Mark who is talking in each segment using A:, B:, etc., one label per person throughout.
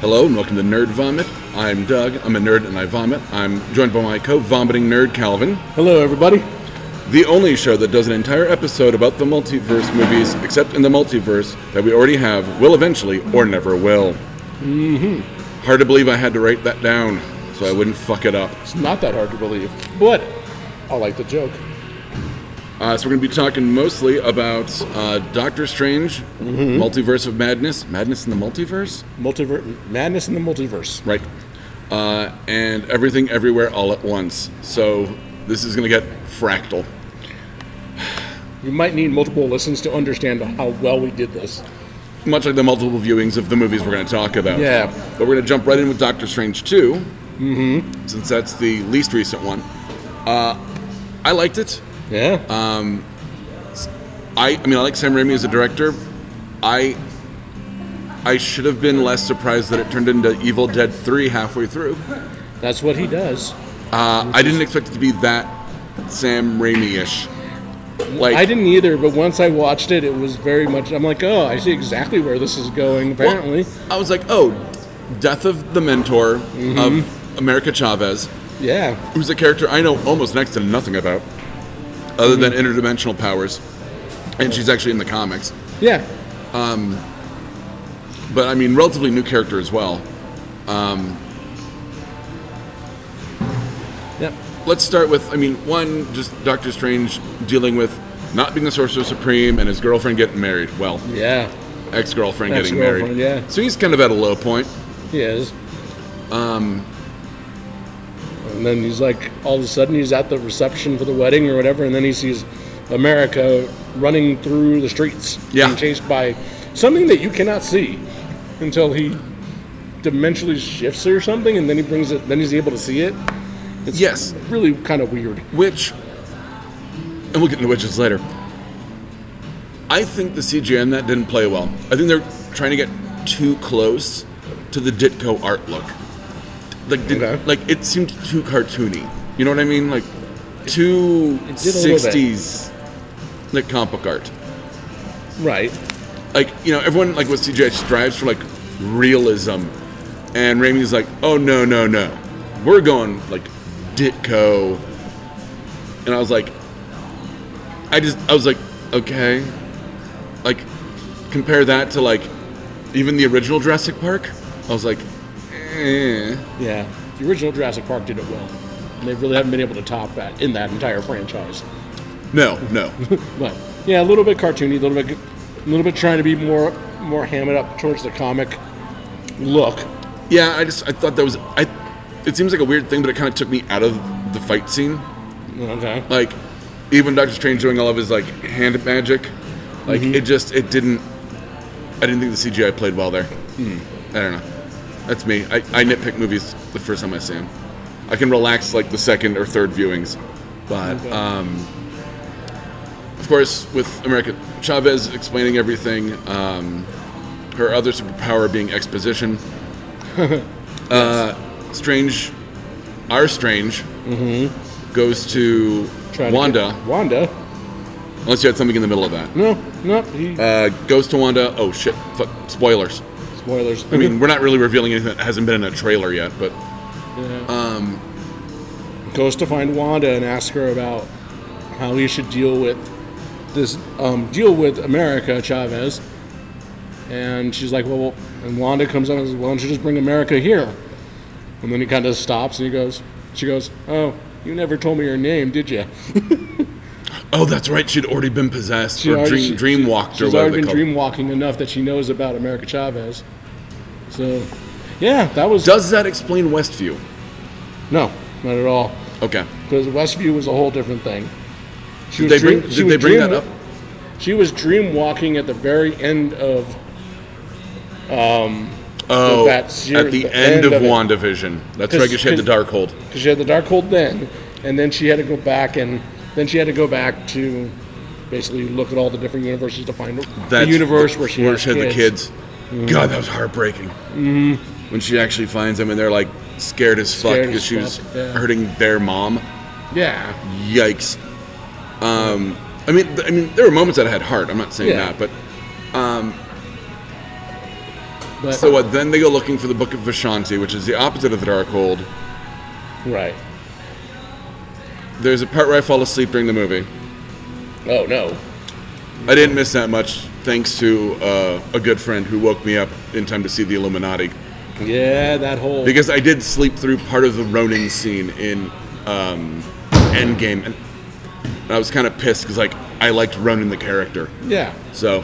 A: Hello and welcome to Nerd Vomit. I'm Doug. I'm a nerd and I vomit. I'm joined by my co-vomiting nerd Calvin.
B: Hello, everybody.
A: The only show that does an entire episode about the multiverse movies, except in the multiverse that we already have, will eventually or never will. Mm-hmm. Hard to believe I had to write that down so I wouldn't fuck it up.
B: It's not that hard to believe, but I like the joke.
A: Uh, so we're going to be talking mostly about uh, Doctor Strange,
B: Mm-hmm.
A: Multiverse of Madness, Madness in the Multiverse,
B: Multiverse madness in the multiverse.
A: right? Uh, and everything, everywhere, all at once. So this is going to get fractal.
B: You might need multiple listens to understand how well we did this.
A: much like the multiple viewings of the movies we're going to talk about.
B: Yeah.
A: But we're going to jump right in with Doctor Strange 2, mm-hmm. since that's the least recent one. Uh, I liked it.
B: Yeah.
A: I, I mean, I like Sam Raimi as a director. I I should have been less surprised that it turned into Evil Dead 3 halfway through.
B: That's what he does.
A: Uh, I didn't expect it to be that Sam Raimi-ish. Like,
B: I didn't either, but once I watched it, it was very much. I'm like, oh, I see exactly where this is going. Apparently,
A: Well, I was like, oh, death of the mentor
B: Mm-hmm.
A: of America Chavez.
B: yeah.
A: who's a character I know almost next to nothing about, other than
B: Mm-hmm.
A: interdimensional powers, and she's actually in the comics.
B: Yeah.
A: But I mean, relatively new character as well.
B: Yep.
A: Let's start with, I mean, one, just Doctor Strange dealing with not being the Sorcerer Supreme and his girlfriend getting married. Well,
B: Yeah.
A: ex-girlfriend getting married.
B: Ex-girlfriend, yeah.
A: So he's kind of at a low point.
B: He is. Um. And then he's like, all of a sudden, he's at the reception for the wedding or whatever, and then he sees America running through the streets,
A: Yeah.
B: being chased by something that you cannot see until he dimensionally shifts or something, and then he brings it. Then he's able to see it. It's
A: Yes.
B: really kind of weird.
A: Which, and we'll get into witches later. I think the CGI in that didn't play well. I think they're trying to get too close to the Ditko art look. Like, did,
B: Okay.
A: like it seemed too cartoony. You know what I mean? Like, too
B: did a little bit.
A: sixties, like comic book art.
B: Right.
A: Like you know, everyone like with CGI strives for like realism, and Raimi's like, oh no no no, we're going like Ditko, and I was like, I just I was like, okay, like compare that to like even the original Jurassic Park. I was like, eh.
B: Yeah. The original Jurassic Park did it well. And they really haven't been able to top that in that entire franchise.
A: no no.
B: But yeah, a little bit cartoony, a little bit, a little bit trying to be more more hammered up towards the comic look.
A: yeah, I just I thought that was I. It seems like a weird thing, but it kind of took me out of the fight scene.
B: Okay.
A: like even Doctor Strange doing all of his like hand magic, like it just it didn't. I didn't think the CGI played well there.
B: Hmm.
A: I don't know. That's me. I, I nitpick movies the first time I see them. I can relax like the second or third viewings, but um, of course with America Chavez explaining everything, um, her other superpower being exposition. uh, strange, our strange goes to
B: Mm-hmm. Trying to
A: Wanda.
B: get- Wanda.
A: Unless you had something in the middle of that.
B: No, no. He,
A: Uh, goes to Wanda. Oh shit! Fuck, spoilers.
B: spoilers.
A: I mean, we're not really revealing anything that hasn't been in a trailer yet, but
B: Um, goes to find Wanda and asks her about how he should deal with this um, deal with America Chavez. And she's like, well, well, and Wanda comes up and says, well, don't you just bring America here? And then he kind of stops and he goes, she goes, oh, you never told me your name, did you?
A: oh, that's right. She'd already been possessed
B: She
A: or
B: already-
A: dream
B: she-
A: dream walked or
B: She's
A: whatever
B: already
A: they
B: been
A: call
B: dream
A: it.
B: walking enough that she knows about America Chavez. So, yeah, that was
A: Does that explain Westview?
B: no, not at all.
A: Okay.
B: Because Westview was a whole different thing. She
A: Did they bring,
B: dream- she
A: did
B: was
A: they bring that
B: dream-
A: up?
B: She was dream walking at the very end of
A: Oh,
B: that series-
A: at the,
B: the
A: end,
B: end
A: of,
B: of it.
A: WandaVision. That's
B: 'Cause-
A: right. 'cause She had the dark hold.
B: because she had the dark hold then, and then she had to go back and then she had to go back to basically look at all the different universes to find the
A: That's
B: universe where she,
A: where
B: has Mm-hmm.
A: she had the kids. God, that was heartbreaking. When she actually finds them and they're like scared as fuck
B: Scared
A: because
B: as
A: she was
B: fuck, yeah.
A: hurting their mom.
B: Yeah,
A: Yikes. Um, I mean, th- I mean, there were moments that I had heart. I'm not saying
B: Yeah.
A: that, but um,
B: But,
A: So what? Then they go looking for the Book of Vishanti, which is the opposite of the Darkhold.
B: right.
A: There's a part where I fall asleep during the movie.
B: Oh no.
A: I didn't miss that much, thanks to uh, a good friend who woke me up in time to see the Illuminati.
B: Yeah, that whole.
A: Because I did sleep through part of the Ronin scene in um, Endgame, and I was kind of pissed because like I liked Ronin the character.
B: yeah.
A: So,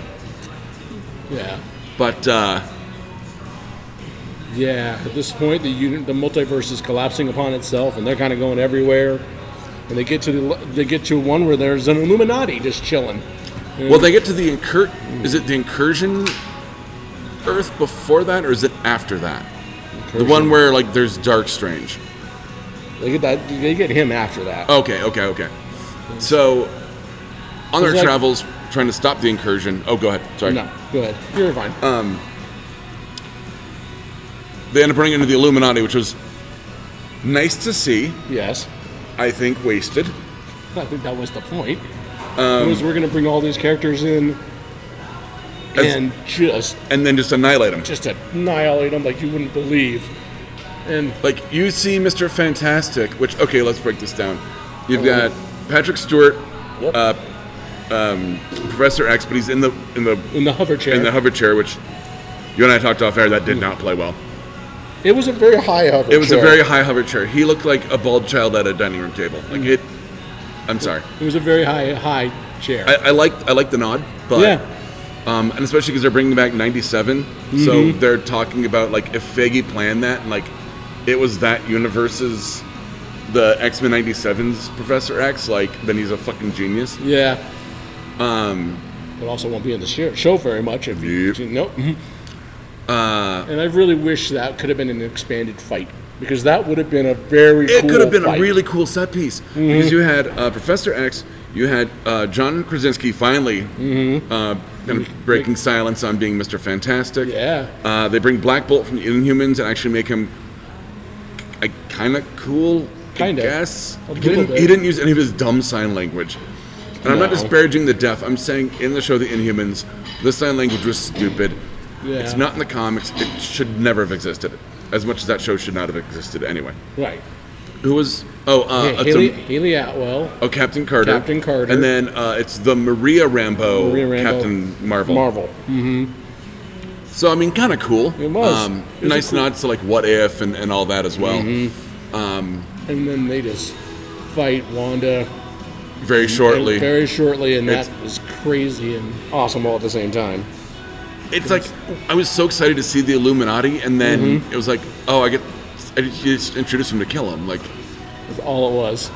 B: Yeah.
A: but uh,
B: Yeah, at this point, the unit, the multiverse is collapsing upon itself, and they're kind of going everywhere. And they get to the, they get to one where there's an Illuminati just chilling.
A: well, they get to the incur. Is it the incursion Earth before that, or is it after that? The one where like there's Dark Strange.
B: They get that. They get him after that.
A: Okay, okay, okay. So, on their
B: It's like-
A: travels, trying to stop the incursion. Oh, go ahead. Sorry.
B: No, go ahead. You're fine.
A: Uh, They end up running into the Illuminati, which was nice to see.
B: yes,
A: I think wasted.
B: I think that was the point.
A: um,
B: was we're gonna bring all these characters in
A: As-
B: and just
A: and then just annihilate him.
B: just annihilate them like you wouldn't believe. And
A: Like you see Mr. Fantastic, which okay, let's break this down. You've got Patrick Stewart,
B: Oh, Yep.
A: uh, um, Professor X, but he's in the in the
B: in the hover chair,
A: in the hover chair, which you and I talked off air. That
B: Mm.
A: did not play well.
B: it was a very high hover.
A: It was a
B: chair.
A: very high hover chair. He looked like a bald child at a dining room table. Like it. I'm sorry.
B: it was a very high high chair.
A: I, I liked I liked the nod, but
B: yeah.
A: um, and especially because they're bringing back '97, so
B: Mm-hmm.
A: they're talking about like if Feige planned that, and like it was that universe's the X Men '97's Professor X, like then he's a fucking genius.
B: Yeah. Um, but also won't be in the show, show very much if you
A: Um, Yep.
B: nope. Uh, and I really wish that could have been an expanded fight because that would have been a very
A: It
B: cool
A: could have been
B: fight. Mm-hmm.
A: a really cool set piece because you had uh, Professor X, you had uh, John Krasinski finally
B: Mm-hmm.
A: uh, kind of breaking silence on being Mister Fantastic.
B: yeah
A: Uh, they bring Black Bolt from the Inhumans and actually make him kind of cool.
B: Kinda.
A: I guess. He
B: A little
A: didn't,
B: bit.
A: he didn't use any of his dumb sign language. And I'm not
B: No.
A: disparaging the deaf. I'm saying in the show The Inhumans, the sign language was stupid.
B: Yeah.
A: It's not in the comics. It should never have existed. As much as that show should not have existed anyway.
B: right.
A: Who was? Oh, uh,
B: Yeah,
A: it's
B: Haley,
A: a,
B: Haley Atwell,
A: oh, Captain Carter.
B: Captain Carter.
A: And then uh, it's the Maria Rambo,
B: Maria Rambo,
A: Captain Marvel.
B: Marvel.
A: So I mean, kind of cool. Um,
B: It was. It was
A: nice
B: a cool- Mm-hmm.
A: nods to like what if and, and all that as well.
B: and then they just fight Wanda
A: Very shortly,
B: very shortly, and that
A: It's-
B: was crazy and awesome all at the same time.
A: it's like I was so excited to see the Illuminati, and then
B: Mm-hmm.
A: it was like, oh, I get, I just introduced him to kill him. Like
B: That's all it was.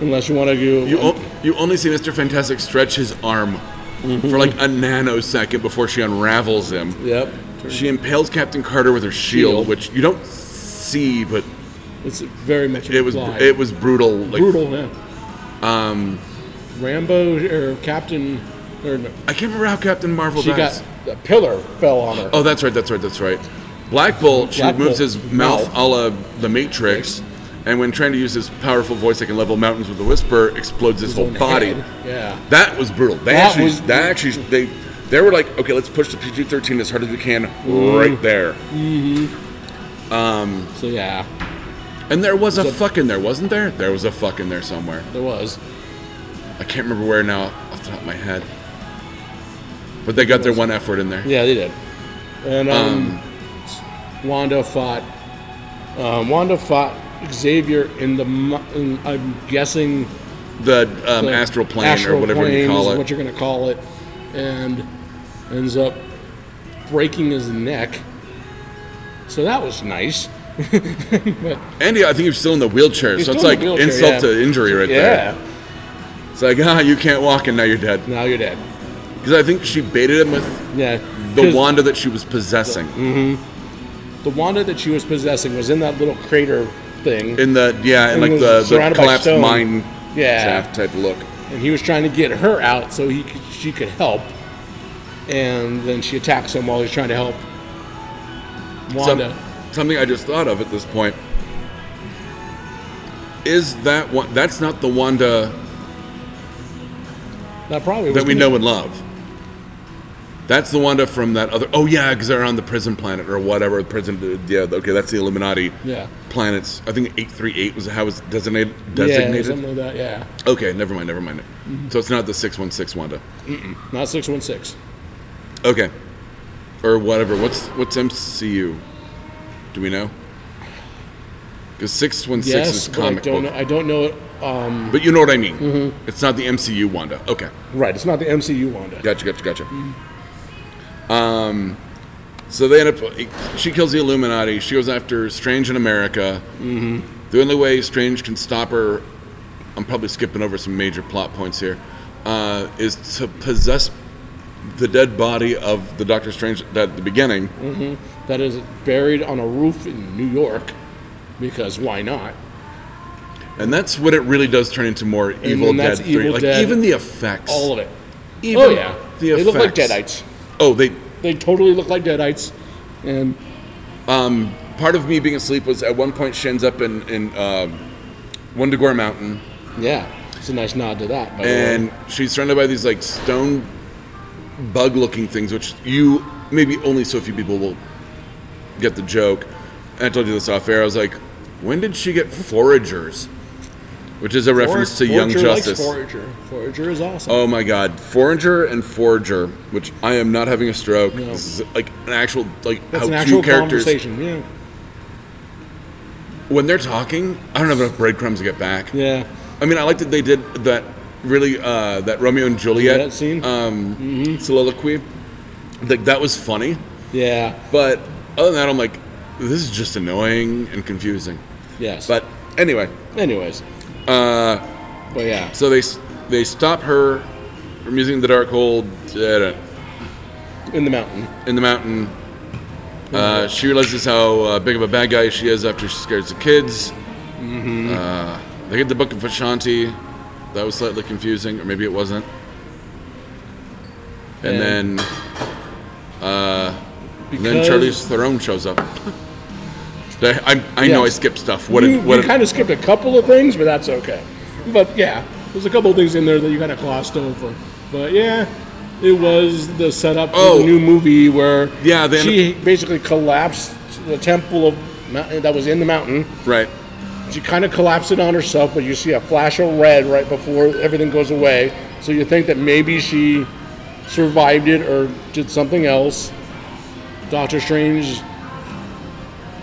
B: Unless you want to go,
A: you, o- you only see Mister Fantastic stretch his arm
B: Mm-hmm.
A: for like a nanosecond before she unravels him.
B: yep,
A: She impales Captain Carter with her shield,
B: Shield.
A: which you don't see, but
B: it's very much
A: it was
B: implied.
A: it was brutal. Like, um,
B: brutal. Yeah. Um, Rambo or Captain, or no,
A: I can't remember how Captain Marvel
B: she
A: dies.
B: got the pillar fell on her.
A: Oh, that's right, that's right, that's right. Black Bolt, she
B: Black
A: moves
B: Bolt.
A: his mouth
B: Mouth.
A: a la the Matrix, and when trying to use his powerful voice that can level mountains with a whisper, explodes his, whole
B: on her
A: body.
B: head. Yeah.
A: That was brutal. They
B: That
A: actually,
B: was-
A: that actually, they, they were like, okay, let's push the PG thirteen as hard as we can right there.
B: So yeah,
A: And there was a
B: So-
A: fuck in there, wasn't there? There was a fuck in there somewhere.
B: there was.
A: I can't remember where now, off the top of my head. But they got their one F word in there.
B: Yeah, they did. And um, Wanda fought. Um, Wanda fought Xavier in the. mu- In, I'm guessing
A: The um,
B: the
A: astral plane
B: astral
A: or whatever
B: plane
A: you call
B: is
A: it.
B: What you're gonna call it, and ends up breaking his neck. So that was nice. but
A: Andy, I think he's still in the wheelchair,
B: He's
A: so it's
B: still in
A: like
B: the wheelchair,
A: insult
B: yeah.
A: to injury right there.
B: yeah,
A: It's like, ah, you can't walk and now you're dead.
B: now you're dead.
A: Because I think she baited him with
B: Yeah.
A: the
B: 'Cause
A: wanda that she was possessing
B: The wanda that she was possessing was in that little crater thing,
A: in the yeah, in
B: And
A: like
B: was
A: the, the
B: surrounded by
A: collapsed
B: stone.
A: mine
B: Yeah.
A: shaft type look.
B: and he was trying to get her out so he could, she could help. And then she attacks him while he's trying to help
A: Some-
B: Wanda.
A: something I just thought of at this point is that one. That's not the wanda
B: that probably was
A: that we
B: gonna-
A: know and love. That's the Wanda from that other. Oh yeah, because they're on the prison planet or whatever. The prison. Yeah. Okay, that's the Illuminati.
B: Yeah.
A: Planets. I think eight three eight was how it's designated.
B: Yeah,
A: Designated.
B: something like that. Yeah,
A: okay. Never mind. Never mind. So it's not the six one six Wanda.
B: not six one six.
A: Okay. Or whatever. What's what's MCU? Do we know? Because six one six
B: Yes,
A: is
B: but I
A: comic
B: don't.
A: book.
B: Know, I don't know Mm-hmm. it. Um,
A: But you know what I mean. It's not the MCU Wanda. Okay.
B: right, it's not the MCU Wanda.
A: Gotcha, gotcha, gotcha. Um, so they end up. She kills the Illuminati. She goes after Strange in America. Mm-hmm. The only way Strange can stop her, I'm probably skipping over some major plot points here, uh, is to possess the dead body of the Doctor Strange at the beginning.
B: Mm. That is buried on a roof in New York, because why not?
A: And that's what it really does turn into more Evil
B: then
A: Dead
B: that's
A: 3.
B: Evil
A: like,
B: Dead,
A: even the effects.
B: All of it.
A: Even
B: oh yeah,
A: The
B: they look like
A: effects.
B: deadites.
A: Oh, they.
B: They totally look like deadites, and
A: Part of me being asleep was at one point she ends up in, in um, Wundagore Mountain.
B: yeah, it's a nice nod to that. By
A: and she's surrounded by these like stone bug looking things which you maybe only so few people will get the joke and i told you this off air i was like when did she get foragers which is a
B: the way.
A: reference to
B: For-
A: young
B: Forager likes
A: justice
B: Forager. Forager is awesome.
A: oh my god forager and forager which i am not having a stroke this is like an actual like
B: That's
A: how
B: an
A: two
B: actual
A: characters
B: conversation. Yeah,
A: when they're talking i don't have enough breadcrumbs to get back
B: yeah.
A: I mean, I like that they did that really uh, that Romeo and Juliet
B: That scene?
A: um, soliloquy. Like that was funny,
B: Yeah.
A: but other than that, I'm like, this is just annoying and confusing.
B: Yes.
A: But anyway,
B: anyways. Uh. But yeah.
A: so they s- they stop her from using the dark hold uh,
B: In the mountain.
A: in the mountain. Uh, she realizes how uh, big of a bad guy she is after she scares the kids.
B: Mm-hmm.
A: Uh, they get the Book of Ashanti. That was slightly confusing, or maybe it wasn't. And
B: Yeah.
A: then, uh,
B: Because
A: and then Charlie's Theron shows up. I, I, I know I
B: Yes.
A: skipped stuff. What?
B: you,
A: it, what it-
B: kind of skipped a couple of things, but that's okay. But yeah, there's a couple of things in there that you kind of glossed over. But yeah, it was the setup for
A: Oh.
B: the new movie where
A: Yeah, they end
B: she basically collapsed the temple of mountain that was in the mountain.
A: right.
B: She kind of collapsed it on herself, but you see a flash of red right before everything goes away. So you think that maybe she survived it or did something else. Doctor Strange,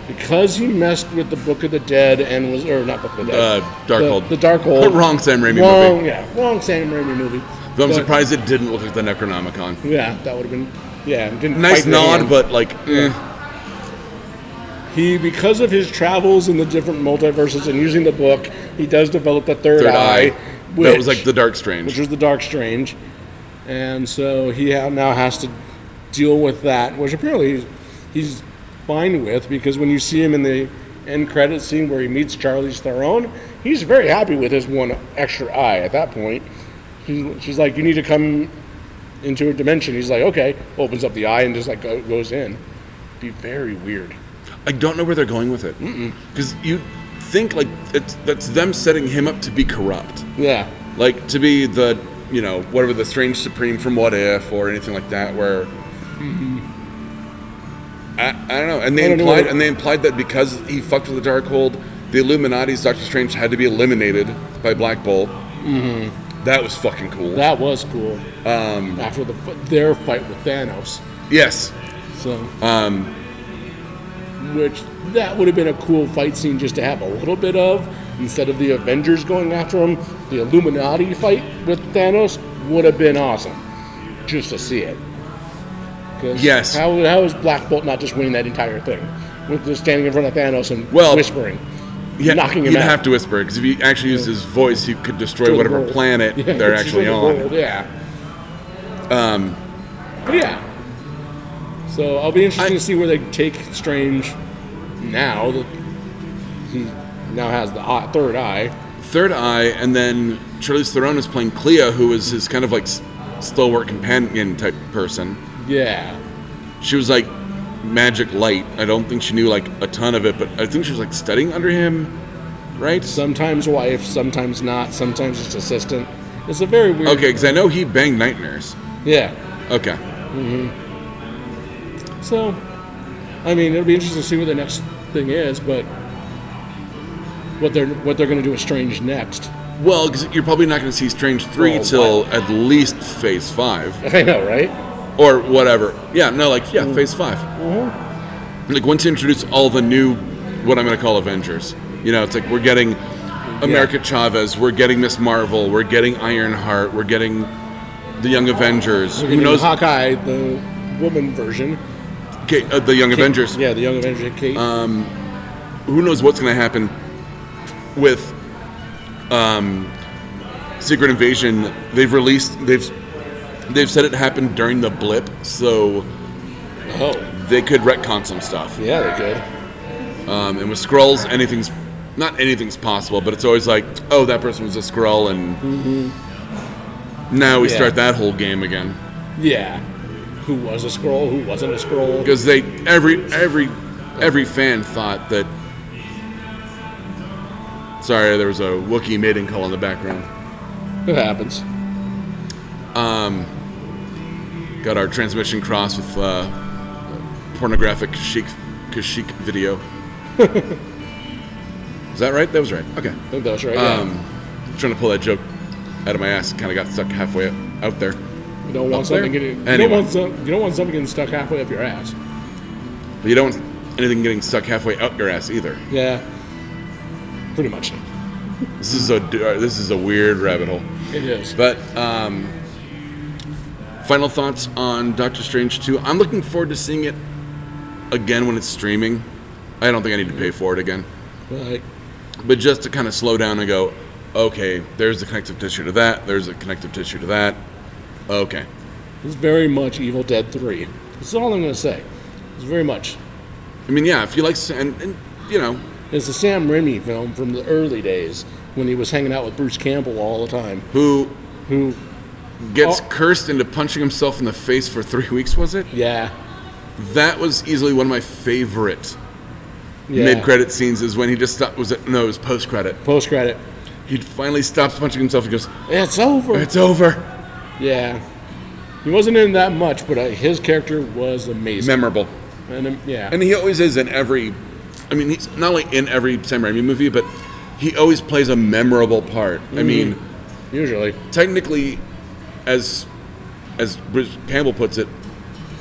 B: because he messed with the Book of the Dead and was, or not Book of the
A: Uh,
B: Dead,
A: Darkhold.
B: the, the Darkhold.
A: Wrong Sam Raimi
B: wrong,
A: movie.
B: yeah, wrong Sam Raimi movie.
A: Though I'm
B: But,
A: surprised it didn't look like the Necronomicon.
B: Yeah, that would have been, yeah, didn't
A: Nice
B: quite
A: nod,
B: land.
A: but like, eh.
B: He, because of his travels in the different multiverses and using the book, he does develop the third,
A: third eye. that was
B: which-
A: like the Dark
B: which
A: Strange.
B: was the Dark Strange, and so he ha- now has to deal with that, which apparently he's, he's fine with because when you see him in the end credit scene where he meets Charlie's Theron, he's very happy with his one extra eye at that point. She's, she's like, "You need to come into a dimension." He's like, "Okay," opens up the eye and just like go, goes in. Be very weird.
A: I don't know where they're going with it. Because you think like it's that's them setting him up to be corrupt,
B: Yeah,
A: like to be the you know whatever the strange supreme from What If or anything like that. Where I, I don't know, and they
B: Mm-hmm. I don't know
A: implied
B: what-
A: and they implied that because he fucked with the Darkhold, the Illuminati's Doctor Strange had to be eliminated by Black Bolt. Mm-hmm. That was fucking cool.
B: that was cool. Um, After the f- their fight with Thanos.
A: yes,
B: So,
A: Um,
B: which that would have been a cool fight scene just to have a little bit of instead of the Avengers going after him. The Illuminati fight with Thanos would have been awesome just to see it. 'Cause
A: Yes.
B: How, how is Black Bolt not just winning that entire thing with just standing in front of Thanos and
A: Well,
B: whispering?
A: yeah,
B: knocking him
A: you'd
B: out.
A: have to whisper because if he actually used his voice, he could destroy
B: the
A: whatever
B: world.
A: planet
B: Yeah,
A: they're
B: it's
A: actually
B: the
A: on. Um,
B: world, Yeah. Um. yeah. So I'll be interested
A: I-
B: to see where they take Strange now that he now has the eye, third eye.
A: Third Eye, and then Charlize Theron is playing Clea, who is his kind of like s- stalwart companion type person.
B: Yeah.
A: She was like magic light. I don't think she knew like a ton of it, but I think she was like studying under him, right?
B: Sometimes wife, sometimes not. Sometimes it's assistant. It's a very weird.
A: Okay, because I know he banged nightmares.
B: Yeah.
A: Okay,
B: So, I mean, it'll be interesting to see what the next thing is, but what they're what they're going to do with Strange next.
A: Well, because you're probably not going to see Strange three
B: Well,
A: till at least Phase five
B: I know, right?
A: or whatever. Yeah, no, like
B: Mm-hmm.
A: yeah, Phase 5 Like once you introduce all the new, what I'm going to call Avengers. You know, it's like we're getting America Chavez, we're getting Miss Marvel, we're getting Ironheart, we're getting the Young Avengers.
B: We're
A: Who
B: gonna do
A: knows?
B: Hawkeye, the woman version.
A: Kate- uh, the Young Avengers. Uh,
B: Yeah, the Young Avenger Kate.
A: who knows what's going to happen with um, Secret Invasion? They've released they've they've said it happened during the blip, so
B: oh,
A: they could retcon some stuff.
B: yeah, they're good.
A: Um, and with scrolls, anything's not anything's possible, but it's always like, oh, that person was a scroll, and now we
B: Yeah.
A: start that whole game again
B: Yeah, who was a scroll? Who wasn't a scroll?
A: because they every every every fan thought that. Sorry, there was a Wookiee mating call in the background.
B: It happens.
A: Got our transmission crossed with uh, pornographic Kashik, Kashik video. Is that right? That was right. Okay.
B: I think that was right.
A: Um, trying to pull that joke out of my ass. Kind of got stuck halfway up, out there.
B: yeah. You don't want
A: up there?
B: something getting. You don't
A: Anyway.
B: want some, You don't want something getting stuck halfway up your ass.
A: But you don't want anything getting stuck halfway up your ass either.
B: Yeah, pretty much.
A: This is a d- uh, this is a weird rabbit hole.
B: It is.
A: But um, final thoughts on Doctor Strange 2. I'm looking forward to seeing it again when it's streaming. I don't think I need to pay for it again.
B: Like,
A: but just to kind of slow down and go, okay, there's the connective tissue to that, there's the connective tissue to that. Okay.
B: It's very much Evil Dead 3. This is all I'm going to say. It's very much.
A: I mean, yeah, if you like, and, and you know,
B: It's a Sam Raimi film from the early days when he was hanging out with Bruce Campbell all the time.
A: who
B: Who,
A: gets
B: Oh.
A: cursed into punching himself in the face for three weeks, was it?
B: yeah.
A: That was easily one of my favorite
B: yeah.
A: mid-credit scenes. Is when he just stopped. Was it no? It was post-credit.
B: Post credit.
A: He finally stops punching himself and goes,
B: It's over.
A: "It's over."
B: yeah. He wasn't in that much, but uh, his character was amazing.
A: Memorable.
B: and, um, yeah.
A: And he always is in every. I mean, he's not only in every Sam Raimi movie, but he always plays a memorable part. I mean,
B: Usually.
A: technically, as as Bruce Campbell puts it,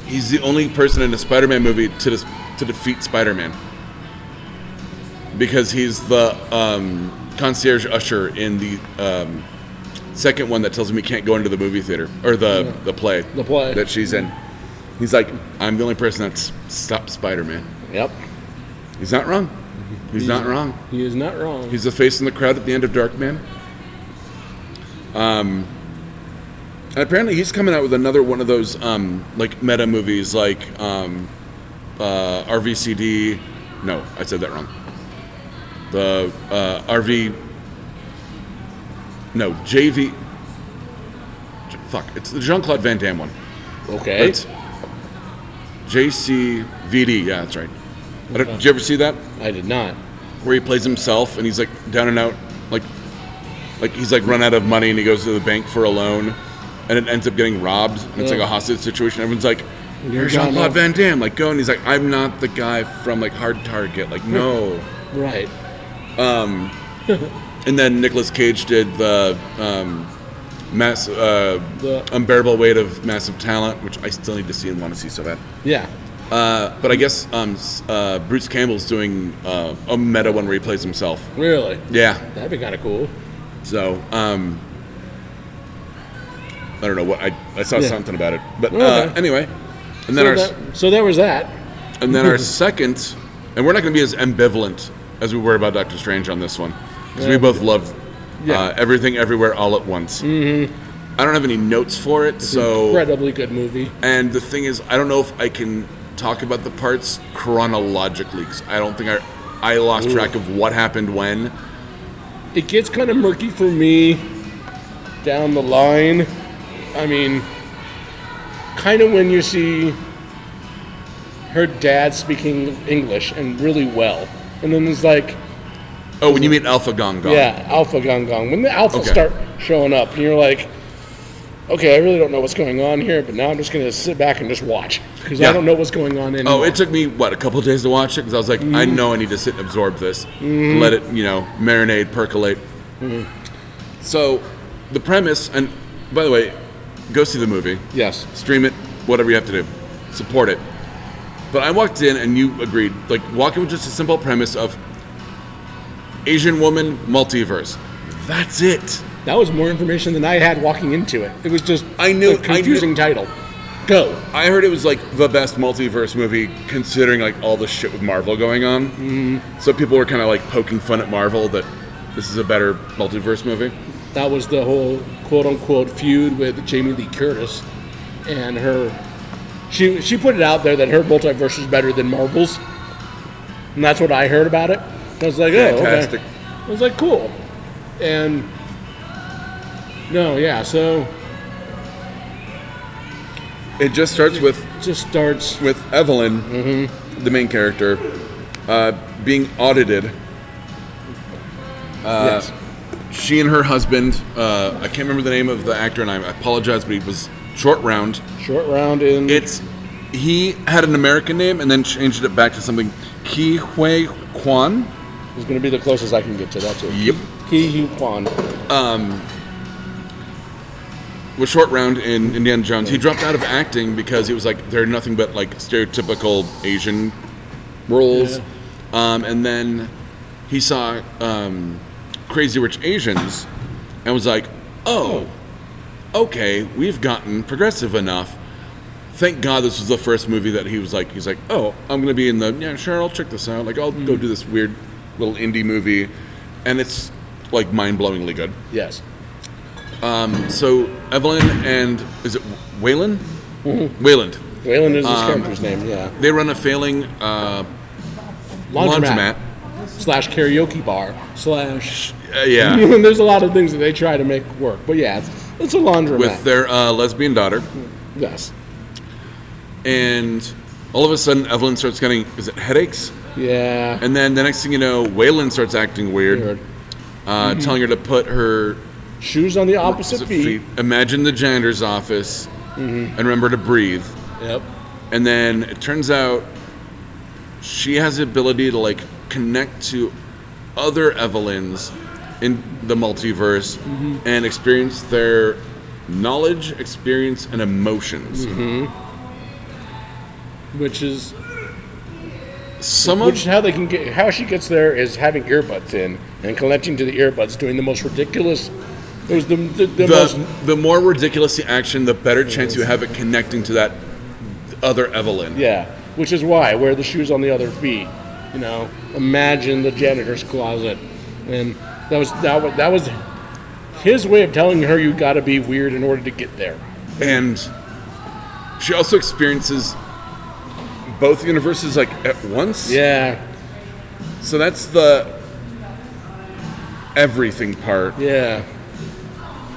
A: he's the only person in a Spider-Man movie to dis- to defeat Spider-Man because he's the um, concierge usher in the um, second one that tells him he can't go into the movie theater or the the play
B: The play.
A: that she's in. He's like, I'm the only person that's stopped Spider-Man.
B: Yep.
A: He's not wrong. He's not wrong.
B: He is not wrong.
A: He's the face in the crowd at the end of Dark Man. Um, and apparently he's coming out with another one of those um, like meta movies, like um, uh, RVCD. No, I said that wrong. The uh, RV. No, JV. Fuck, it's the Jean Claude Van Damme one.
B: okay.
A: It's JCVD. Yeah, that's right. I don't, did you ever see that?
B: I did not.
A: where he plays himself and he's like down and out, like like he's like run out of money and he goes to the bank for a loan, and it ends up getting robbed and it's like
B: Yeah.
A: a hostage situation. Everyone's like,
B: You're
A: "You're Jean Claude
B: Jean-Claude.
A: Van Damme," like go and he's like, "I'm not the guy from like Hard Target," like no.
B: Right.
A: And then Nicolas Cage did the um, mass uh,
B: The-
A: unbearable weight of massive talent, which I still need to see and want to see so bad.
B: Yeah.
A: Uh, but I guess um, s- uh, Bruce Campbell's doing uh, a meta one where he plays himself.
B: Really.
A: Yeah,
B: That'd be kind of cool.
A: So, um, I don't know what I, I saw
B: Yeah.
A: something about it, but uh,
B: Okay.
A: anyway, and
B: So
A: then our s
B: that, so there was that.
A: and then our second, and we're not going to be as ambivalent as we were about Doctor Strange on this one because we
B: Yeah.
A: both love
B: Yeah.
A: uh, everything everywhere all at once. Mm-hmm. I don't have any notes for it, so
B: Incredibly good movie.
A: and the thing is, I don't know if I can talk about the parts chronologically because I don't think I I lost track of what happened when.
B: It gets kind of murky for me down the line. I mean, kind of when you see her dad speaking English and really well. And then it's like,
A: Oh, when you mean Alpha Gong Gong,
B: yeah, Alpha Gong Gong. When the Alpha
A: Okay.
B: start showing up, and you're like, okay, I really don't know what's going on here, but now I'm just going to sit back and just watch because
A: Yeah.
B: I don't know what's going on anymore.
A: Oh, it took me what a couple of days to watch it because I was like, I know I need to sit and absorb this, let it you know marinate, percolate. So, the premise, and by the way, go see the movie,
B: yes.
A: stream it, whatever you have to do, support it. But I walked in and you agreed, like walk in with just a simple premise of Asian woman multiverse. That's it.
B: That was more information than I had walking into it. It was just
A: I knew-
B: a confusing
A: I knew-
B: title. Go.
A: I heard it was like the best multiverse movie, considering like all the shit with Marvel going on. Mm-hmm. So people were kind of like poking fun at Marvel that this is a better multiverse movie.
B: That was the whole quote unquote feud with Jamie Lee Curtis and her. She she put it out there that her multiverse is better than Marvel's, and that's what I heard about it. I was like, oh,
A: Fantastic.
B: okay. I was like, cool, and no, yeah. So
A: It just starts with
B: it just starts.
A: with Evelyn,
B: Mm-hmm.
A: the main character, uh, being audited. uh,
B: yes.
A: She and her husband, uh, I can't remember the name of the actor, and I apologize, but he was short round.
B: Short round in.
A: It's he had an American name and then changed it back to something Ki Hui Kwan.
B: is going to be the closest I can get to that too.
A: Yep.
B: He Hu Kwan.
A: was short round in Indiana Jones. He dropped out of acting because he was like, they're nothing but like stereotypical Asian roles. Um, and then he saw um, Crazy Rich Asians and was like, oh, okay, we've gotten progressive enough. Thank God this was the first movie that he was like, he's like, oh, I'm gonna be in the yeah, sure, I'll check this out. Like, I'll go do this weird little indie movie, and it's like mind-blowingly good.
B: Yes.
A: So Evelyn and is it Wayland?
B: Mm-hmm.
A: Wayland.
B: Wayland is his character's name. Yeah.
A: They run a failing uh, laundromat.
B: Laundromat. slash karaoke bar slash.
A: Uh, yeah,
B: There's a lot of things that they try to make work, but yeah, it's, it's a laundromat.
A: with their uh, lesbian daughter,
B: yes,
A: and all of a sudden Evelyn starts getting is it headaches?
B: yeah,
A: And then the next thing you know, Wayland starts acting weird,
B: Weird.
A: Uh, telling her to put her
B: shoes on the opposite
A: feet.
B: feet. Mm-hmm.
A: Imagine the janitor's office, and remember to breathe.
B: Yep.
A: And then it turns out she has the ability to like connect to other Evelyns in the multiverse
B: Mm-hmm.
A: and experience their knowledge, experience, and emotions.
B: Mm-hmm. Which is
A: Some
B: which
A: of
B: how they can get how she gets there is having earbuds in and connecting to the earbuds, doing the most ridiculous. It was the the, the most
A: the, the more ridiculous the action, the better chance you have at connecting to that other Evelyn.
B: yeah, which is why wear the shoes on the other feet. You know, imagine the janitor's closet, and that was that was that was his way of telling her you got to be weird in order to get there.
A: and she also experiences both universes like at once.
B: Yeah,
A: So that's the everything part.
B: yeah.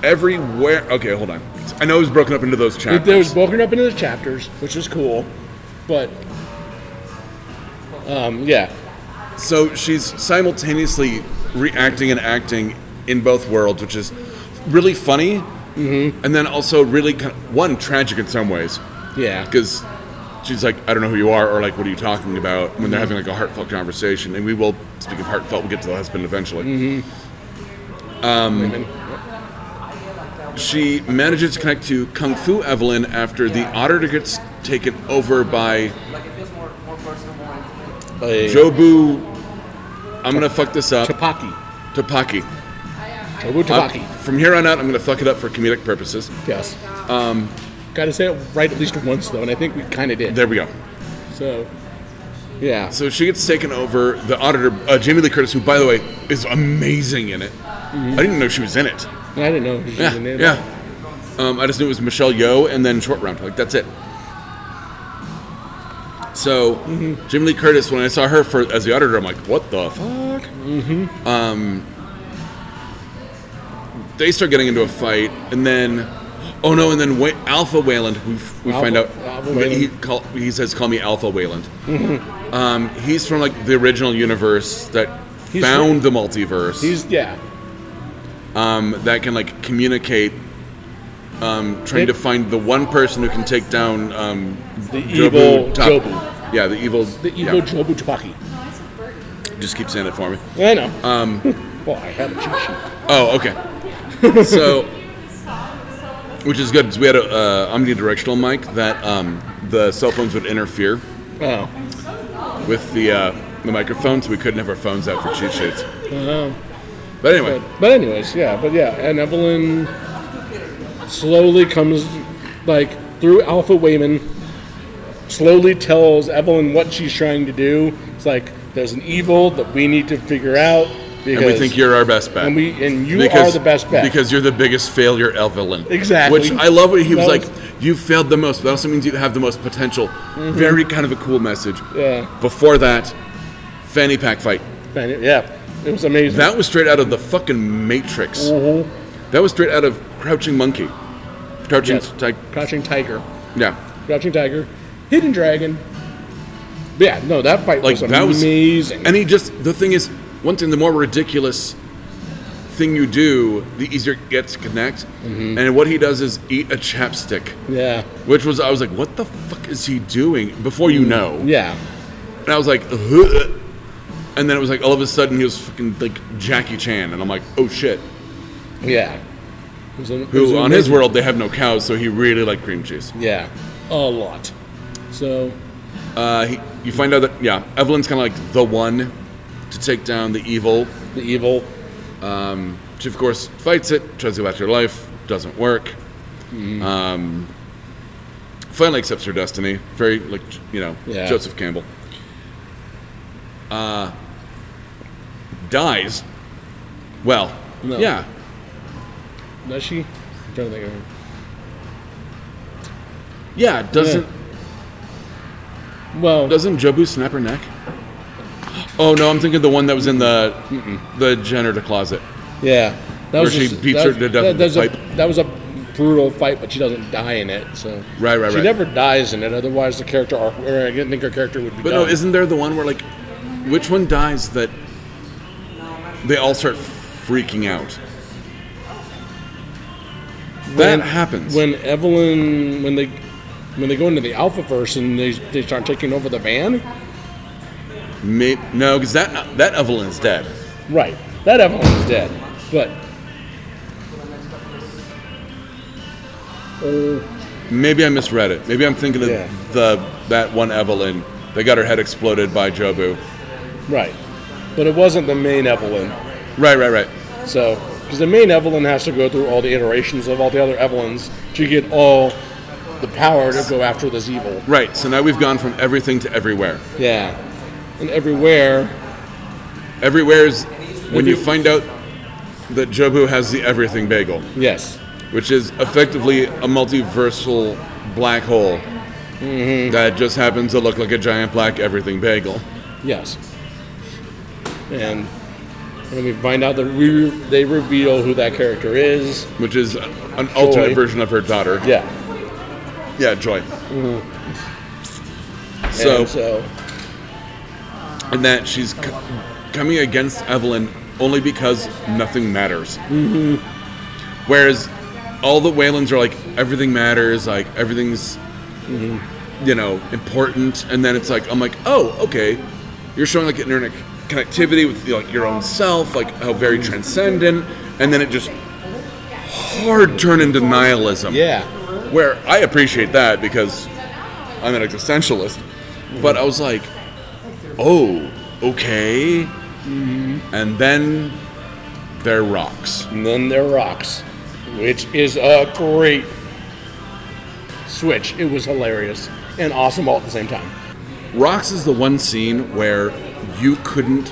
A: Everywhere. Okay, hold on. I know it was broken up into those
B: It, it was
A: chapters.
B: broken up into the chapters, which is cool, but um, yeah,
A: So she's simultaneously reacting and acting in both worlds, which is really funny, and then also really kind of, one tragic in some ways
B: yeah,
A: because she's like, I don't know who you are, or like, what are you talking about? When they're having like a heartfelt conversation, and we will speak of heartfelt. We'll get to the husband eventually. Um,
B: women.
A: She manages to connect to Kung Fu Evelyn after the otter gets taken over by
C: Like it feels more, more personable and intimate.
B: A
A: Jobu. I'm gonna fuck this up.
B: tapaki,
A: Topaki.
B: Tobu
A: I'm-
B: tapaki.
A: From here on out, I'm gonna fuck it up for comedic purposes.
B: yes. Um, got to say it right at least once though, and I think we kind of did.
A: There we go.
B: So, yeah.
A: So she gets taken over. The auditor, uh, Jamie Lee Curtis, who by the way is amazing in it. I didn't know she was in it.
B: I didn't know. She was
A: Yeah,
B: in it.
A: yeah. Um, I just knew it was Michelle Yeoh and then Short Round. Like that's it. So
B: Mm-hmm.
A: Jamie Lee Curtis, when I saw her for as the auditor, I'm like, what the fuck? Mm-hmm. Um, they start getting into a fight, and then. Oh no! And then Wa Alpha Wayland, we, we
B: Alpha-
A: find out.
B: Alpha
A: but he
B: Wayland. Mm-hmm.
A: call, he says, "Call me Alpha Wayland." um, he's from like the original universe that
B: He's
A: found the multiverse
B: He's yeah.
A: that can like communicate um, trying to find the one person who can take down um,
B: The
A: Jobu
B: evil
A: Top-
B: Jobu.
A: Yeah, the evil.
B: The evil
A: yeah.
B: Jobu Chapaki.
A: Just keep saying it for me.
B: I know. Um, well, I have a cheat sheet.
A: Oh, okay. so, which is good because we had a uh, omnidirectional mic that um, the cell phones would interfere
B: Oh.
A: with the uh, the microphone, so we couldn't have our phones out for cheat sheets. But anyway,
B: But, but anyways, yeah, but yeah, and Evelyn slowly comes like through Alpha Wayman, slowly tells Evelyn what she's trying to do. It's like there's an evil that we need to figure out because
A: and we think you're our best bet.
B: and we and you are the best bet.
A: because you're the biggest failure, Evelyn.
B: Exactly.
A: Which I love. What he was,
B: That was- Mm-hmm.
A: like, you failed the most, but that also means you have the most potential. Very kind of a cool message.
B: Yeah.
A: Before that, fanny pack fight.
B: Man, Uh, it- yeah, it was amazing.
A: That was straight out of the fucking Matrix.
B: Mhm.
A: That was straight out of Crouching Monkey. Crouching
B: Yes.
A: Tig-
B: Crouching Tiger,
A: Yeah.
B: Crouching Tiger, Hidden Dragon. Yeah, no, that fight
A: Like
B: was
A: that was
B: amazing.
A: And he just the thing is, one thing the more ridiculous thing you do, the easier it gets to connect.
B: Mm-hmm.
A: And what he does is eat a chapstick,
B: yeah,
A: which was I was like, what the fuck is he doing? Before you know,
B: Mm. yeah,
A: And I was like, "Ugh." and then it was like all of a sudden he was fucking like Jackie Chan, and I'm like, oh shit.
B: yeah. It was an- it was
A: Who on his
B: amazing.
A: world they have no cows, so he really liked cream cheese.
B: Yeah, a lot. So
A: Uh, he, you find out that yeah, Evelyn's kind of like the one to take down the evil.
B: the evil,
A: She of course fights it, tries to go back to her life, doesn't work.
B: Mm-hmm.
A: Um, finally accepts her destiny. Very like you know
B: Yeah.
A: Joseph Campbell. Uh, dies. Well,
B: No.
A: yeah,
B: does she? I'm trying to think of her.
A: yeah. Doesn't
B: Well,
A: doesn't Jobu snap her neck? Oh no, I'm thinking the one that was in the the janitor closet.
B: yeah, that
A: she beats her to death
B: that,
A: with a
B: that's a-
A: pipe.
B: that was a brutal fight, but she doesn't die in it. So
A: Right, right,
B: she
A: right.
B: never dies in it. Otherwise, the character arc, or I didn't think her character would be.
A: But
B: done.
A: no, isn't there the one where like, which one dies that they all start freaking out? That
B: When-
A: happens.
B: when Evelyn when they when they go into the Alphaverse and they they start taking over the van.
A: May, no, because that that Evelyn's dead.
B: Right, that Evelyn is dead, but. Oh,
A: Maybe I misread it. Maybe I'm thinking of
B: Yeah.
A: the that one Evelyn that got her head exploded by Jobu.
B: right. But it wasn't the main Evelyn.
A: Right, right, right.
B: So, because the main Evelyn has to go through all the iterations of all the other Evelyns to get all the power to go after this evil.
A: Right. So now we've gone from everything to everywhere.
B: Yeah. And everywhere,
A: Everywhere's when you
B: Maybe-
A: find out that Jobu has the everything bagel,
B: yes.
A: which is effectively a multiversal black hole that just happens to look like a giant black everything bagel.
B: Yes. And and we find out that we, they reveal who that character is.
A: Which is an alternate
B: Joy.
A: version of her daughter.
B: Yeah.
A: Yeah, Joy. So,
B: And
A: and
B: so
A: that she's c- coming against Evelyn only because nothing matters. Whereas all the Whalens are like, everything matters, like, everything's, you know, important. And then it's like, I'm like, oh, okay. You're showing like internet c- connectivity with like your own self, like how very transcendent. And then it just hard turn into nihilism.
B: yeah.
A: Where I appreciate that because I'm an existentialist, but I was like, oh, okay. And then they're rocks.
B: And then there are rocks, which is a great switch. It was hilarious and awesome all at the same time.
A: Rocks is the one scene where you couldn't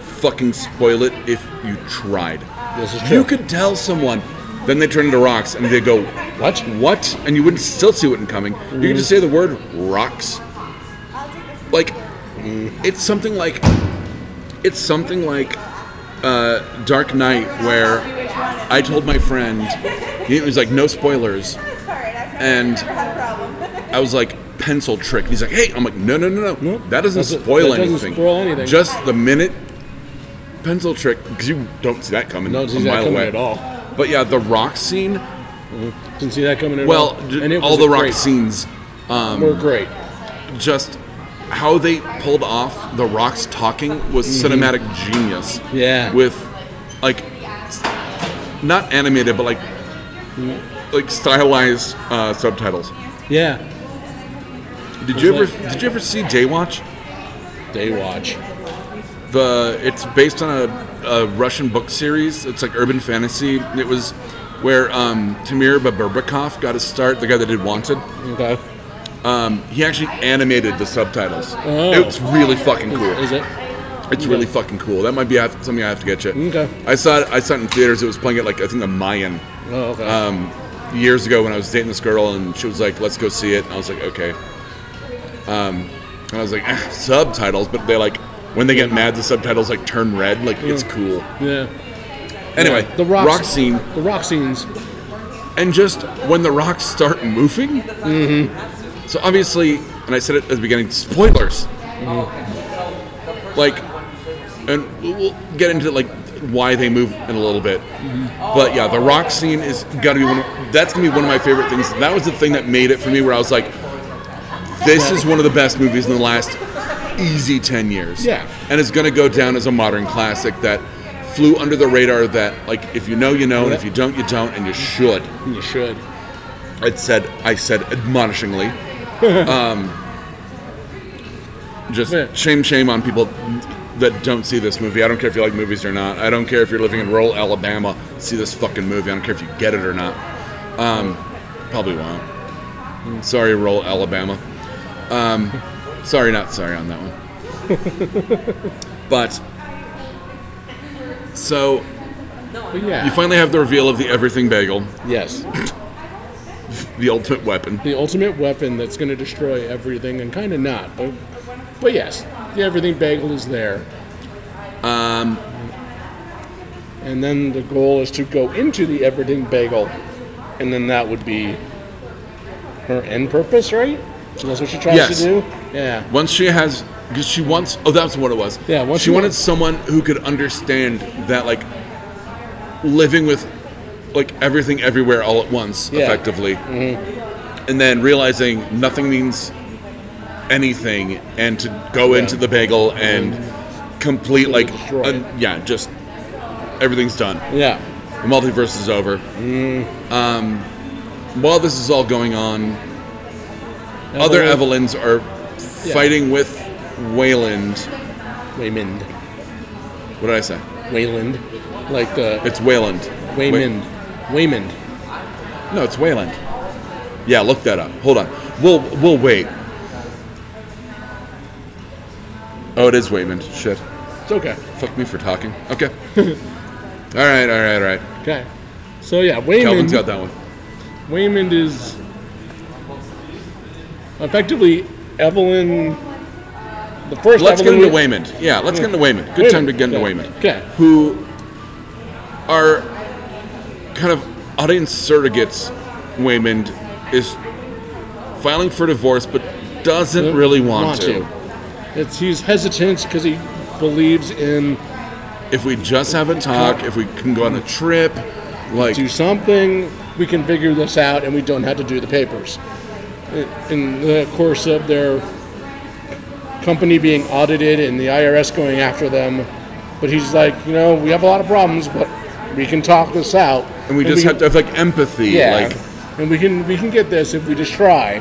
A: fucking spoil it if you tried.
B: This is
A: You
B: true.
A: could tell someone, then they turn into rocks and they go,
B: What?
A: What? And you wouldn't still see it in coming. You could just say the word rocks. Like, it's something like, it's something like uh, Dark Knight, where I told my friend, he was like, no spoilers. And I was like, pencil trick. And he's like, hey, I'm like, no, no, no, no.
B: Nope.
A: That doesn't
B: Doesn't-
A: spoil
B: that doesn't
A: anything.
B: spoil anything.
A: Just the minute pencil trick, because you don't see that coming
B: Don't see
A: a
B: that
A: mile
B: coming
A: away
B: at all.
A: But yeah, the rock scene
B: Didn't see that coming at
A: Well,
B: all.
A: j-
B: And it
A: all
B: was
A: the um, rock
B: great.
A: scenes,
B: were great.
A: just how they pulled off the rocks talking was cinematic genius.
B: Mm-hmm. Yeah.
A: With like s- not animated, but like like stylized uh, subtitles.
B: Yeah.
A: Did you ever
B: Was
A: did you ever see Daywatch?
B: Day watch.
A: the it's based on a, a Russian book series. It's like urban fantasy. It was where um, Tamir Baburbakov got his start, the guy that did Wanted.
B: Okay.
A: He actually animated the subtitles.
B: Oh.
A: It's really fucking cool.
B: Is it?
A: It's really fucking cool. That might be I- something I have to get you.
B: Okay.
A: I saw it. I saw it in theaters. It was playing at like I think the Mayan
B: Oh, okay.
A: um, years ago when I was dating this girl, and she was like, "Let's go see it." And I was like, "Okay." Um, and I was like, "Ah, "Subtitles," but they like when they get mad, the subtitles like turn red. Like it's cool.
B: yeah.
A: Anyway,
B: Yeah,
A: the rock, scene,
B: The rock scenes.
A: and just when the rocks start moving. Mm-hmm. So obviously, and I said it at the beginning, spoilers. Like, and we'll- we'll get into like why they move in a little bit. But yeah, the rock scene is gotta be one. Of, that's gonna be one of my favorite things. That was the thing that made it for me, where I was like, this is one of the best movies in the last easy 10 years.
B: Yeah.
A: And it's going to go down as a modern classic that flew under the radar that like if you know you know and if you don't you don't and you should.
B: You should.
A: I said I said admonishingly. um, just
B: Yeah.
A: shame shame on people that don't see this movie. I don't care if you like movies or not. I don't care if you're living in rural Alabama. See this fucking movie. I don't care if you get it or not. Um, probably won't. Sorry, rural Alabama. Um, sorry, not sorry on that one. but so
B: But yeah.
A: you finally have the reveal of the everything bagel,
B: yes.
A: the ultimate weapon.
B: The ultimate weapon that's going to destroy everything, and kind of not, but but yes, the everything bagel is there. Um. And then the goal is to go into the everything bagel, and then that would be her end purpose, right? So that's what she tries
A: Yes.
B: to do. Yeah.
A: Once she has, because she wants. Oh, that's what it was.
B: Yeah, once
A: she
B: she
A: wanted
B: wants-
A: someone who could understand that, like, living with, like, everything everywhere all at once,
B: Yeah. Mm-hmm.
A: effectively, and then realizing nothing means anything, and to go into the bagel and complete, like,
B: Mm-hmm. destroy
A: un- yeah, just everything's done.
B: Yeah.
A: The multiverse is over. Um, while this is all going on, other Evelyns are fighting with Wayland.
B: Wayland.
A: What did I say?
B: Wayland. Like the
A: It's Wayland.
B: Waymond. Waymond.
A: Wa- no, it's Wayland. Yeah, look that up. Hold on. We'll we'll wait. Oh, it is Waymond. Shit.
B: It's okay.
A: Fuck me for talking. Okay. all right, all right, all right.
B: Okay. So yeah,
A: Calvin's
B: Waymond.
A: got that one.
B: Waymond is effectively Evelyn. The first.
A: Let's get
B: Evelyn
A: into
B: we-
A: Waymond. Yeah, let's get into Waymond. Good time to get into
B: Okay.
A: Waymond.
B: Okay.
A: who are kind of audience surrogates. Waymond is filing for divorce, but doesn't really want, to.
B: It's he's hesitant because he believes in
A: If we just have a talk, if we can go on a trip, like
B: do something, we can figure this out, and we don't have to do the papers. I- In the course of their company being audited and the IRS going after them, but he's like, you know, we have a lot of problems, but we can talk this out.
A: and we just
B: can-
A: have to have like empathy.
B: Yeah.
A: Like
B: and we can we can get this if we just try.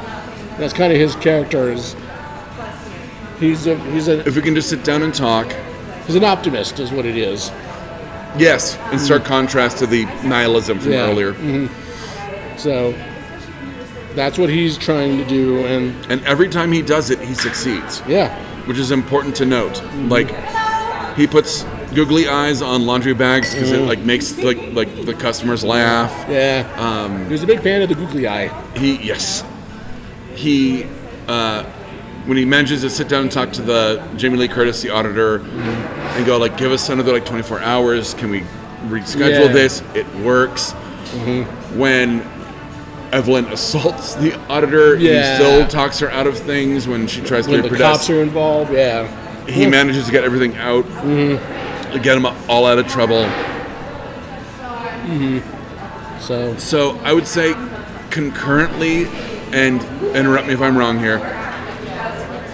B: That's kind of his character is. He's a he's a
A: if we can just sit down and talk.
B: he's an optimist is what it is.
A: Yes, in stark contrast to the nihilism from
B: Yeah.
A: earlier.
B: So that's what he's trying to do, and
A: And every time he does it, he succeeds.
B: yeah,
A: which is important to note. Like he puts googly eyes on laundry bags because it like makes like like the customers laugh.
B: yeah. Um, he was a big fan of the googly eye.
A: He yes, he uh, when he manages to sit down and talk to the Jamie Lee Curtis, the auditor, and go like, give us another like 24 hours. Can we reschedule
B: Yeah. Mm-hmm.
A: this? It works. When Evelyn assaults the auditor,
B: Yeah.
A: he still talks her out of things when she tries
B: When
A: to
B: the
A: reproduce.
B: cops are involved, yeah,
A: He manages to get everything out, to get him all out of trouble.
B: so
A: So I would say concurrently, and interrupt me if I'm wrong here,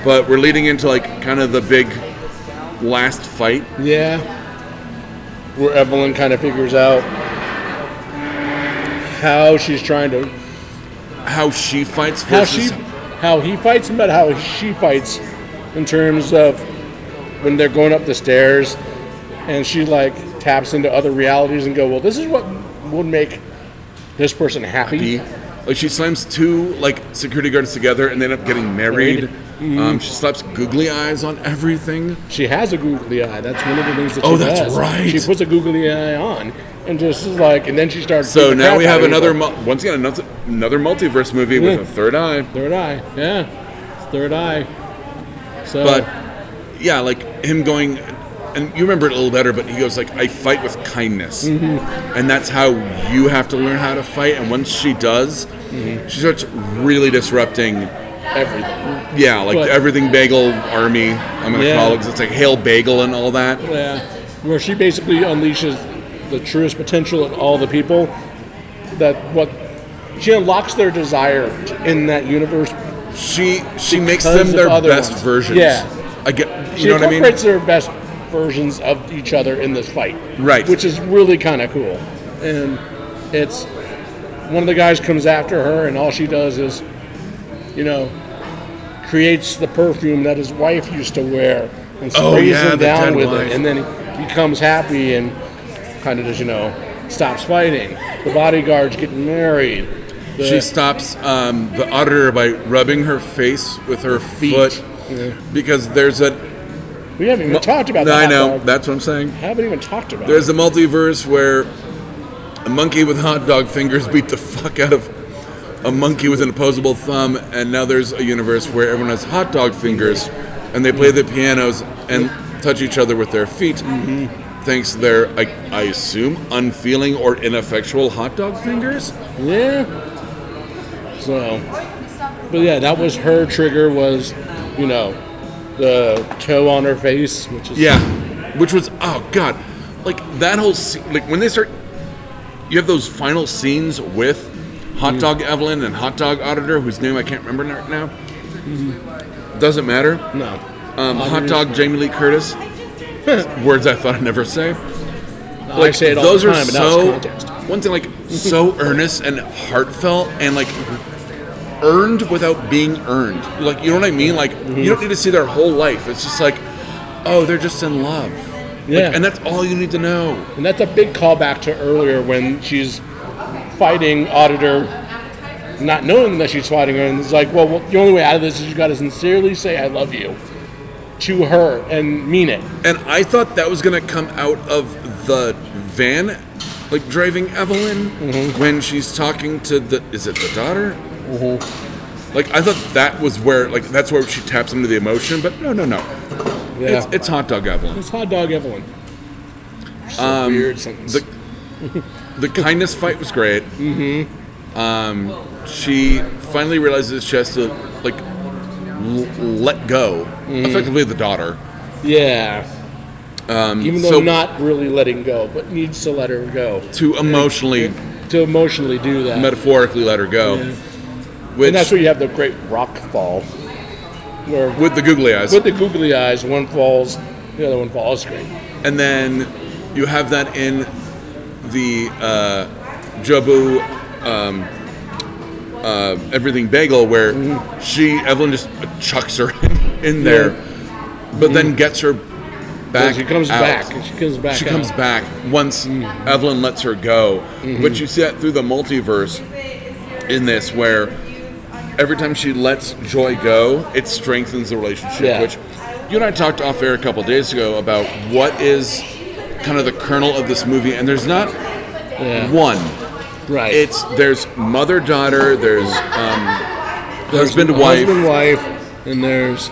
A: but we're leading into like kind of the big last fight.
B: Yeah. Where Evelyn kind of figures out how she's trying to
A: How she fights
B: how
A: versus
B: she how he fights him, but how she fights in terms of when they're going up the stairs and she like taps into other realities and go, Well, this is what would make this person happy.
A: be. Like she slams two like security guards together and they end up getting married.
B: Mm-hmm.
A: Um, she slaps googly eyes on everything.
B: She has a googly eye. That's one of the things that
A: Oh,
B: she
A: that's
B: does.
A: right.
B: She puts a googly eye on and just is like and then she starts
A: So
B: beating the
A: now
B: crap
A: we
B: out
A: have
B: of people.
A: another mul- once again another, another multiverse movie with
B: Yeah.
A: a third eye.
B: Third eye, yeah, third eye. So,
A: But yeah, like him going and you remember it a little better, but he goes like I fight with kindness.
B: Mm-hmm.
A: And that's how you have to learn how to fight and once she does,
B: Mm-hmm.
A: she starts really disrupting
B: everything,
A: yeah, like
B: But-
A: everything bagel army. I'm gonna
B: Yeah.
A: call it 'cause it's like hail bagel and all that.
B: yeah, where she basically unleashes the truest potential in all the people. That what she unlocks their desire in that universe.
A: She she makes
B: Because
A: them
B: of
A: their
B: other
A: best
B: ones.
A: versions.
B: Yeah.
A: I get, you
B: She
A: know what I mean?
B: incorporates their best versions of each other in this fight,
A: Right.
B: Which is really kind of cool, and it's one of the guys comes after her, and all she does is, you know, creates the perfume that his wife used to wear and sprays
A: Oh, yeah,
B: him
A: the
B: down
A: dead
B: with
A: wife.
B: it, and then he becomes happy and kind of just you know stops fighting. The bodyguards getting married. The,
A: She stops um, the auditor by rubbing her face with her
B: Feet.
A: foot
B: Yeah.
A: because there's a.
B: we haven't even talked about
A: No,
B: that.
A: I know.
B: Dog.
A: That's what I'm saying.
B: haven't even talked about.
A: There's a multiverse where a monkey with hot dog fingers beat the fuck out of a monkey with an opposable thumb, and now there's a universe where everyone has hot dog fingers, and they play the pianos and touch each other with their feet. Thanks to their, I, I assume, unfeeling or ineffectual hot dog fingers.
B: it. yeah. So, but yeah, that was her trigger. Was you know the toe on her face, which is
A: Yeah, which was oh god, like that whole scene, like when they start, you have those final scenes with
B: Mm.
A: Hot Dog Evelyn and Hot Dog Auditor, whose name I can't remember right now. Doesn't matter.
B: no
A: Um, hot
B: Mm-hmm. Auditor's
A: Dog Jamie Lee Curtis. Words I thought I'd never say.
B: I say it all
A: those
B: the
A: are
B: time, but now it's
A: so
B: context.
A: one thing like so earnest and heartfelt and like earned without being earned. Like you know what I mean? Like
B: Mm-hmm.
A: you don't need to see their whole life. It's just like, oh, they're just in love. Like,
B: Yeah.
A: and that's all you need to know.
B: And that's a big callback to earlier when she's fighting Auditor, not knowing that she's fighting her, and it's like, well, well, the only way out of this is you got to sincerely say "I love you" to her and mean it.
A: And I thought that was gonna come out of the van, like driving Evelyn
B: Mm-hmm.
A: when she's talking to the is it the daughter? Mm-hmm. Like I thought that was where like that's where she taps into the emotion, but no no no.
B: Yeah,
A: It's,
B: it's,
A: it's hot dog Evelyn.
B: hot dog Evelyn. So weird sentence.
A: Um, The the kindness fight was great. Mm-hmm. Um, she finally realizes she has to like l- let go,
B: Mm-hmm.
A: effectively the daughter.
B: yeah, even though
A: Um, so-
B: not really letting go, but needs to let her go
A: to emotionally,
B: to emotionally do that.
A: metaphorically let her go.
B: Yeah.
A: Which
B: and that's where you have the great rock fall, where
A: with the googly eyes.
B: with the googly eyes, one falls, the other one falls. Great.
A: and then you have that in the uh, Jobu um, uh, everything bagel where
B: Mm-hmm.
A: she Evelyn just chucks her in there, but then gets her back.
B: Mm-hmm. she comes
A: out.
B: back. She comes back.
A: She
B: out.
A: comes back once Evelyn lets her go.
B: Mm-hmm.
A: But you see that through the multiverse in this where every time she lets Joy go, it strengthens the relationship.
B: Yeah.
A: Which you and I talked off air a couple days ago about what is kind of the kernel of this movie, and there's not
B: Yeah.
A: one.
B: Right.
A: It's there's mother daughter, there's um, husband
B: There's
A: wife,
B: Husband wife, and there's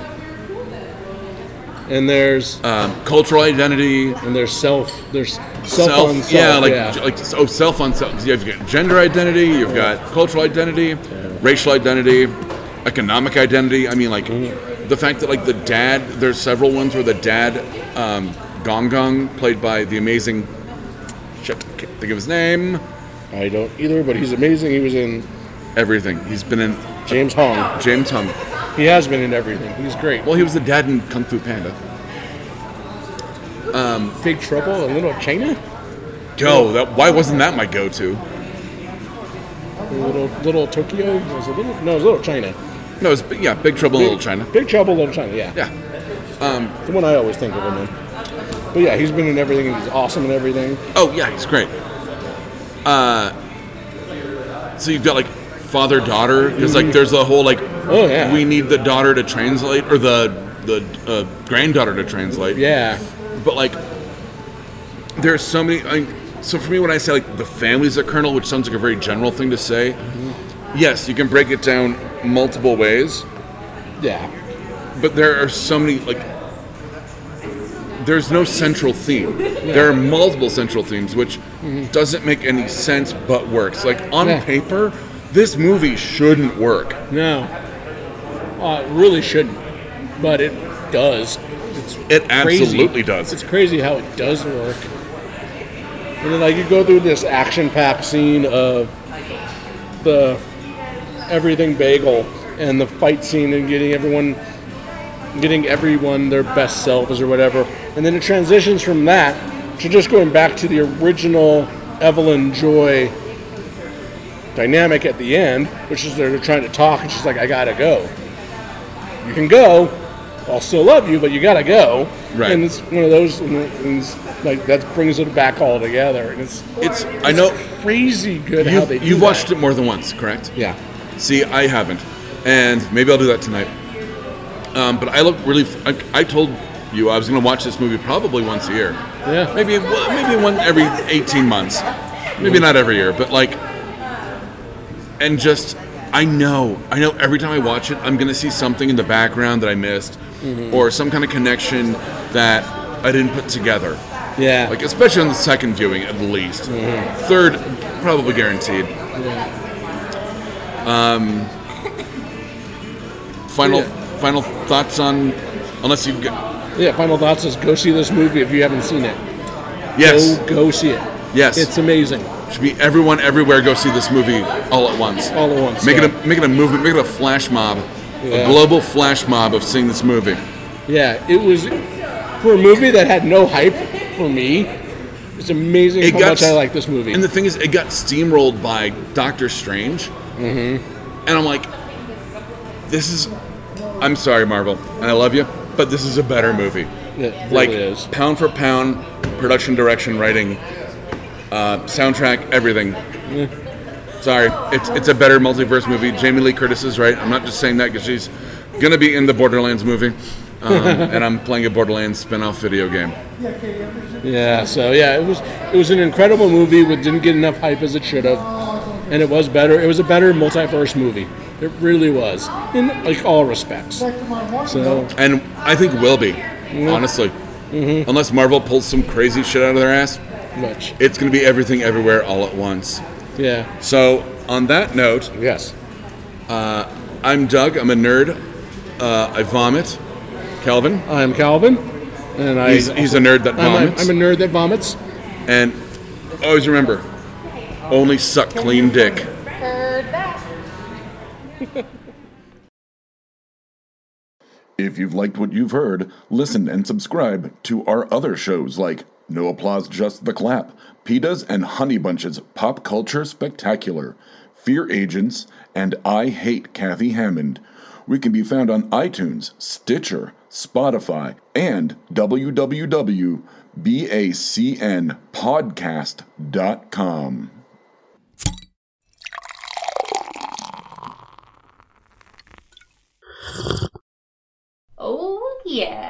B: and there's
A: um, cultural identity.
B: and there's self. There's self,
A: self,
B: on self.
A: yeah, like
B: yeah.
A: like oh, self on self. 'Cause You've got gender identity, you've got cultural identity, racial identity, economic identity. I mean, like
B: Mm-hmm.
A: the fact that like the dad, there's several ones where the dad, um, Gong Gong, played by the amazing, shit, can't think of his name,
B: I don't either, but he's amazing. He was in
A: everything. He's been in
B: James Hong.
A: James Hung.
B: He has been in everything. He's great.
A: Well, he was the dad in Kung Fu Panda.
B: Big Trouble in Little China.
A: Yo, that, why wasn't that my go-to?
B: Little Little Tokyo. It was a little. No, it was Little China.
A: No, it's yeah, Big Trouble in Little China.
B: Big Trouble, Little China. Yeah.
A: Yeah,
B: The one I always think of him in. But yeah, he's been in everything. and He's awesome in everything.
A: Oh yeah, he's great. Uh, so you've got like father daughter because like there's a whole like
B: Oh, yeah.
A: we need the daughter to translate or the the uh, granddaughter to translate
B: Yeah.
A: but like there are so many I, so for me when i say like the family's a kernel which sounds like a very general thing to say
B: Mm-hmm.
A: yes you can break it down multiple ways
B: Yeah.
A: but there are so many like there's no central theme there are multiple central themes which doesn't make any sense but works like on
B: Yeah.
A: paper this movie shouldn't work
B: No. Uh, it really shouldn't, but it does. It's
A: It
B: crazy.
A: absolutely does.
B: It's crazy how it does work. And then, like, you go through this action-packed scene of the everything bagel and the fight scene and getting everyone, getting everyone their best selves or whatever, and then it transitions from that to just going back to the original Evelyn Joy dynamic at the end, which is they're trying to talk, and she's like, "I gotta go. You can go. I'll still love you, but you gotta go."
A: Right.
B: And it's one of those, and, it- and it's like that brings it back all together, and it's
A: it's i know
B: crazy good how
A: you've,
B: they. do
A: you've
B: that.
A: watched it more than once correct
B: Yeah.
A: See, I haven't, and maybe I'll do that tonight. Um, but I look really. f- I, I told you I was going to watch this movie probably once a year,
B: Yeah.
A: maybe well, maybe one every eighteen months, maybe not every year, but like, and just I know I know every time I watch it, I'm going to see something in the background that I missed, or some kind of connection that I didn't put together.
B: yeah.
A: Like especially on the second viewing, at least. Third, probably guaranteed. Um, final final thoughts on unless you have
B: yeah. Final thoughts is go see this movie if you haven't seen it.
A: yes
B: Go go see it.
A: Yes.
B: It's amazing.
A: should be everyone everywhere go see this movie all at once.
B: All at once.
A: Make
B: Oh, yeah.
A: it a make it a movement. Make it a flash mob,
B: Yeah.
A: a global flash mob of seeing this movie.
B: Yeah, it was for a movie that had no hype for me. It's amazing how much I
A: s-
B: like this movie.
A: And the thing is, it got steamrolled by Doctor Strange. Mm-hmm. And I'm like, this is. I'm sorry, Marvel, and I love you, but this is a better movie.
B: It really
A: like
B: is.
A: pound for pound, production, direction, writing, uh, soundtrack, everything. Sorry, it's it's a better multiverse movie. Jamie Lee Curtis is right. I'm not just saying that because she's gonna be in the Borderlands movie, um, and I'm playing a Borderlands spin-off video game.
B: Yeah, so yeah, it was it was an incredible movie but didn't get enough hype as it should have. And it was better. It was a better multiverse movie. It really was. In like all respects. So
A: and I think will be, honestly.
B: Mm-hmm.
A: Unless Marvel pulls some crazy shit out of their ass,
B: much.
A: it's going to be everything everywhere all at once.
B: Yeah.
A: So, on that note,
B: Yes.
A: I'm Doug. I'm a nerd. Uh, I vomit. Calvin,
B: I'm Calvin. And I
A: he's, he's a nerd that
B: I'm, a,
A: vomits.
B: I'm a nerd that vomits.
A: and always remember only suck clean dick.
D: Heard that.
E: If you've liked what you've heard, listen and subscribe to our other shows like No Applause Just the Clap, PETA's and Honey Bunches Pop Culture Spectacular, Fear Agents, and I Hate Kathy Hammond. We can be found on iTunes, Stitcher, Spotify, and www.bacnpodcast.com.
D: Oh, yeah.